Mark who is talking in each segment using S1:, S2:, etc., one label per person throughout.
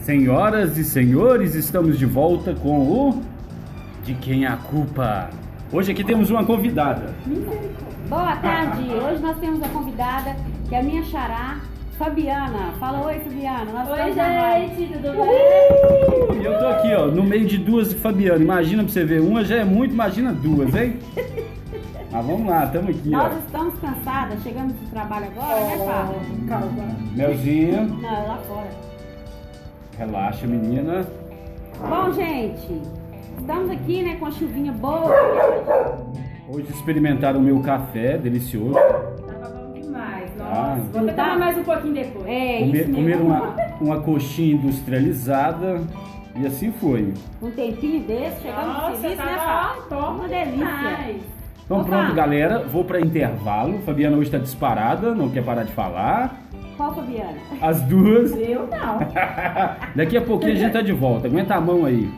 S1: Senhoras e senhores, estamos de volta com o De Quem é a Culpa. Hoje aqui temos uma convidada.
S2: Boa tarde! Hoje nós temos a convidada, que é a minha xará, Fabiana. Fala oi, Fabiana. Nós
S3: Oi,
S2: estamos na
S3: gente, tudo bem?
S1: E Uh, eu tô aqui, ó, no meio de duas Fabiana. Imagina pra você ver, uma já é muito, imagina duas, hein? Mas vamos lá, tamo aqui,
S2: Nós
S1: ó.
S2: estamos cansadas, chegamos do trabalho agora, né, Fábio?
S3: Calma.
S1: Melzinha,
S2: Não, é lá fora.
S1: relaxa, menina.
S2: Bom, gente, estamos aqui, né, com a chuvinha boa.
S1: Hoje experimentaram o meu café, delicioso.
S3: Tava bom demais,
S1: Ah.
S3: nossa. Vou até tomar mais um pouquinho depois.
S2: É,
S1: Comer-
S2: isso mesmo.
S1: comeram uma, uma coxinha industrializada e assim foi.
S2: Um tempinho desse, chegamos no
S3: Nossa,
S2: serviço, né,
S3: tava
S2: Fábio?
S3: top
S2: Uma delícia.
S3: demais.
S1: Então
S2: Opa.
S1: pronto, galera, vou para intervalo. Fabiana hoje está disparada, não quer parar de falar.
S2: Qual, Fabiana?
S1: As duas.
S3: Eu não.
S1: Daqui a pouquinho a gente tá de volta. Aguenta a mão aí.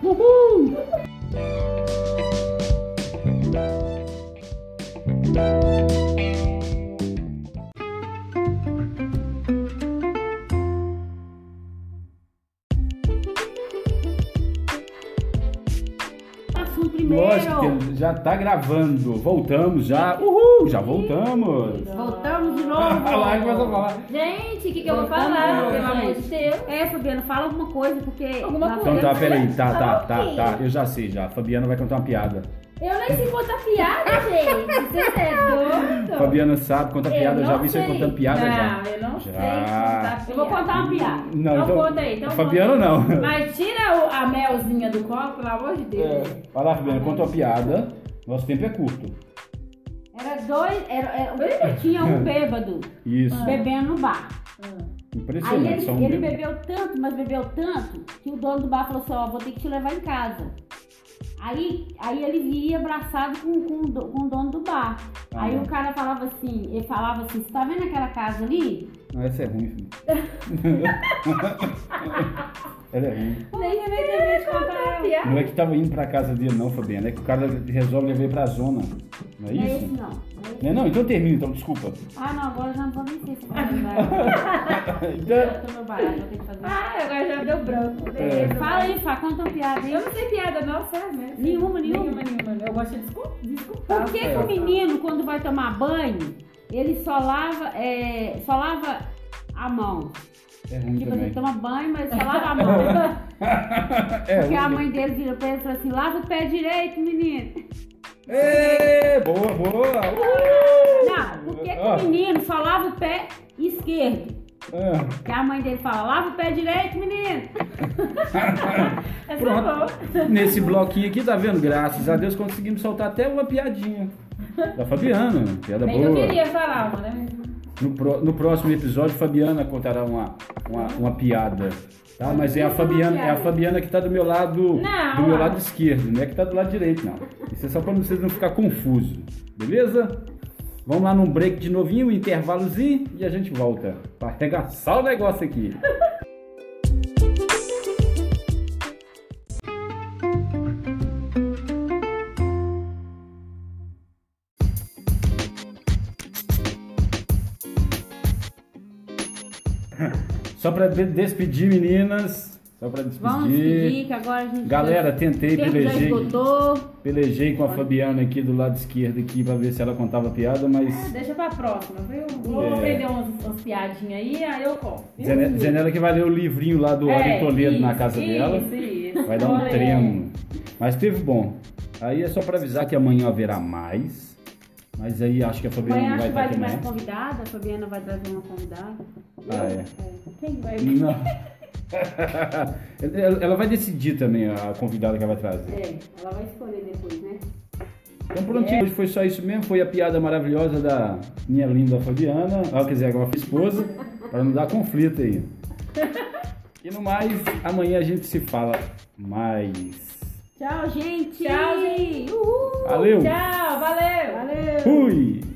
S3: Tá assim
S2: Assunto primeiro.
S1: Lógico que já tá gravando. Voltamos já. Uhul, já voltamos.
S2: Voltamos de
S1: Vai
S2: novo.
S1: falar, começa a falar.
S3: Gente, o que, que eu vou
S2: Voltamos de
S3: falar?
S2: novo,
S3: Pelo amor
S2: gente.
S3: de Deus.
S2: É, Fabiana, fala alguma coisa, porque...
S3: Alguma
S2: nós
S1: Então tá,
S2: temos-
S1: peraí. Tá, tá,
S3: Falar
S1: tá,
S3: o
S1: tá. Eu já sei já. Fabiana vai contar uma piada.
S3: Eu nem sei contar piada, gente. Você é doido?
S1: Fabiana sabe, conta
S3: Eu
S1: piada. Eu já
S3: não
S1: vi você
S3: sei.
S1: contando piada
S3: não,
S1: já.
S3: eu não sei
S1: Já.
S3: contar
S2: Eu vou
S3: piada.
S2: contar uma piada.
S1: Não,
S3: Então
S1: então.
S3: conta aí, então
S1: Fabiana
S3: conta
S1: não.
S3: Mas tira o- a melzinha do copo, pelo amor de
S1: É,
S3: Deus.
S1: Vai lá, Fabiana, conta uma piada. Nosso tempo é curto.
S2: Era dois... Era, era- tinha um bêbado
S1: Isso.
S3: Ah.
S2: bebendo no bar. Aí
S1: Impressionante. um
S2: ele,
S1: são
S2: ele
S1: be-
S2: bebeu tanto, mas bebeu tanto, que o dono do bar falou assim, ó, vou ter que te levar em casa. Aí, aí ele ia abraçado com, com, o do- com o dono do bar.
S1: Ah.
S2: Aí o cara falava assim, ele falava assim, você tá vendo aquela casa ali?
S1: Não, essa é ruim, filho. Ela é ruim.
S2: Nem nem terminei de contar ela.
S3: piada.
S1: Não é que tava indo pra casa dele, não, Fabiana. É que o cara resolve levar ele pra zona. Não é
S2: Não é esse
S1: isso?
S2: não. não é esse.
S1: Não, é não, então termina, então, desculpa.
S2: Ah não, agora eu já não vou nem sei se vai lembrar.
S1: Então,
S2: Eu tô meu barato, vou ter que fazer.
S3: Ah, agora já deu branco.
S1: É.
S3: Beleza.
S2: Fala aí, Fá, conta uma piada aí.
S3: Eu não sei piada, não, sério mesmo.
S2: Nenhuma, nenhuma.
S3: Nenhuma, nenhuma. Eu gosto de descul- desculpar.
S1: Tá
S2: Por que, que
S1: É.
S2: o menino, quando vai tomar banho, ele só lava, é, só lava a mão?
S1: é ruim
S2: Tipo assim,
S1: também.
S2: toma banho, mas só lava a mão.
S1: É
S2: Porque a
S1: ruim.
S2: mãe dele vira pra ele e fala assim: lava o pé direito, menino.
S1: Ê, boa, boa. Uh!
S2: Não, por que que o menino só lava o pé esquerdo?
S1: Ah,
S2: Que a mãe dele fala: lava o pé direito, menino.
S3: Essa é boa.
S1: pronto. Nesse bloquinho aqui, tá vendo? Graças a Deus conseguimos soltar até uma piadinha. Da Fabiana, piada
S3: Bem que
S1: boa.
S3: eu queria falar uma, né? mas-
S1: No, pró- no próximo episódio, Fabiana contará uma, uma, uma piada. Tá? Mas é a Fabiana, é a Fabiana que tá do meu lado.
S3: Não,
S1: do meu
S3: ó.
S1: lado esquerdo, não é que tá do lado direito, não. Isso é só pra vocês não ficar confuso, beleza? Vamos lá num break de novinho, um intervalozinho e a gente volta. Pra arregaçar o negócio aqui. Só pra de- despedir, meninas. Só pra despedir.
S2: Vamos despedir, que agora a gente.
S1: Galera,
S2: o
S1: tentei
S2: tempo já
S1: pelejei,
S2: esgotou.
S1: pelejei com a Fabiana aqui do lado esquerdo aqui pra ver se ela contava piada, mas
S3: Ah, Deixa pra próxima, viu? Vou
S1: É.
S3: aprender umas, umas piadinhas aí, aí eu conto.
S2: Uhum.
S1: Zene- Zenela que vai ler o livrinho lá
S2: É,
S1: do Ari Toledo na casa dela.
S3: Isso, isso.
S1: Vai dar um
S3: Olha.
S1: treino. Mas teve bom. Aí é só pra avisar que amanhã haverá mais. Mas aí acho que a Fabiana
S2: Amanhã
S1: não vai
S2: acho que vai
S1: estar
S2: ter
S1: aqui
S2: mais
S1: não.
S2: convidada. A Fabiana vai trazer uma convidada.
S1: Ah, é.
S3: Quem vai?
S1: né? Não. Ela ela vai decidir também a convidada que ela vai trazer.
S2: É, ela vai escolher depois, né?
S1: Então prontinho,
S2: É.
S1: hoje foi só isso mesmo. Foi a piada maravilhosa da minha linda Fabiana. Ah, quer dizer, agora minha esposa. Pra não dar conflito aí. E no mais, amanhã a gente se fala mais.
S2: Tchau, gente.
S3: Tchau, gente.
S2: Uhul.
S1: Valeu!
S3: Tchau, valeu.
S2: Valeu.
S1: Fui!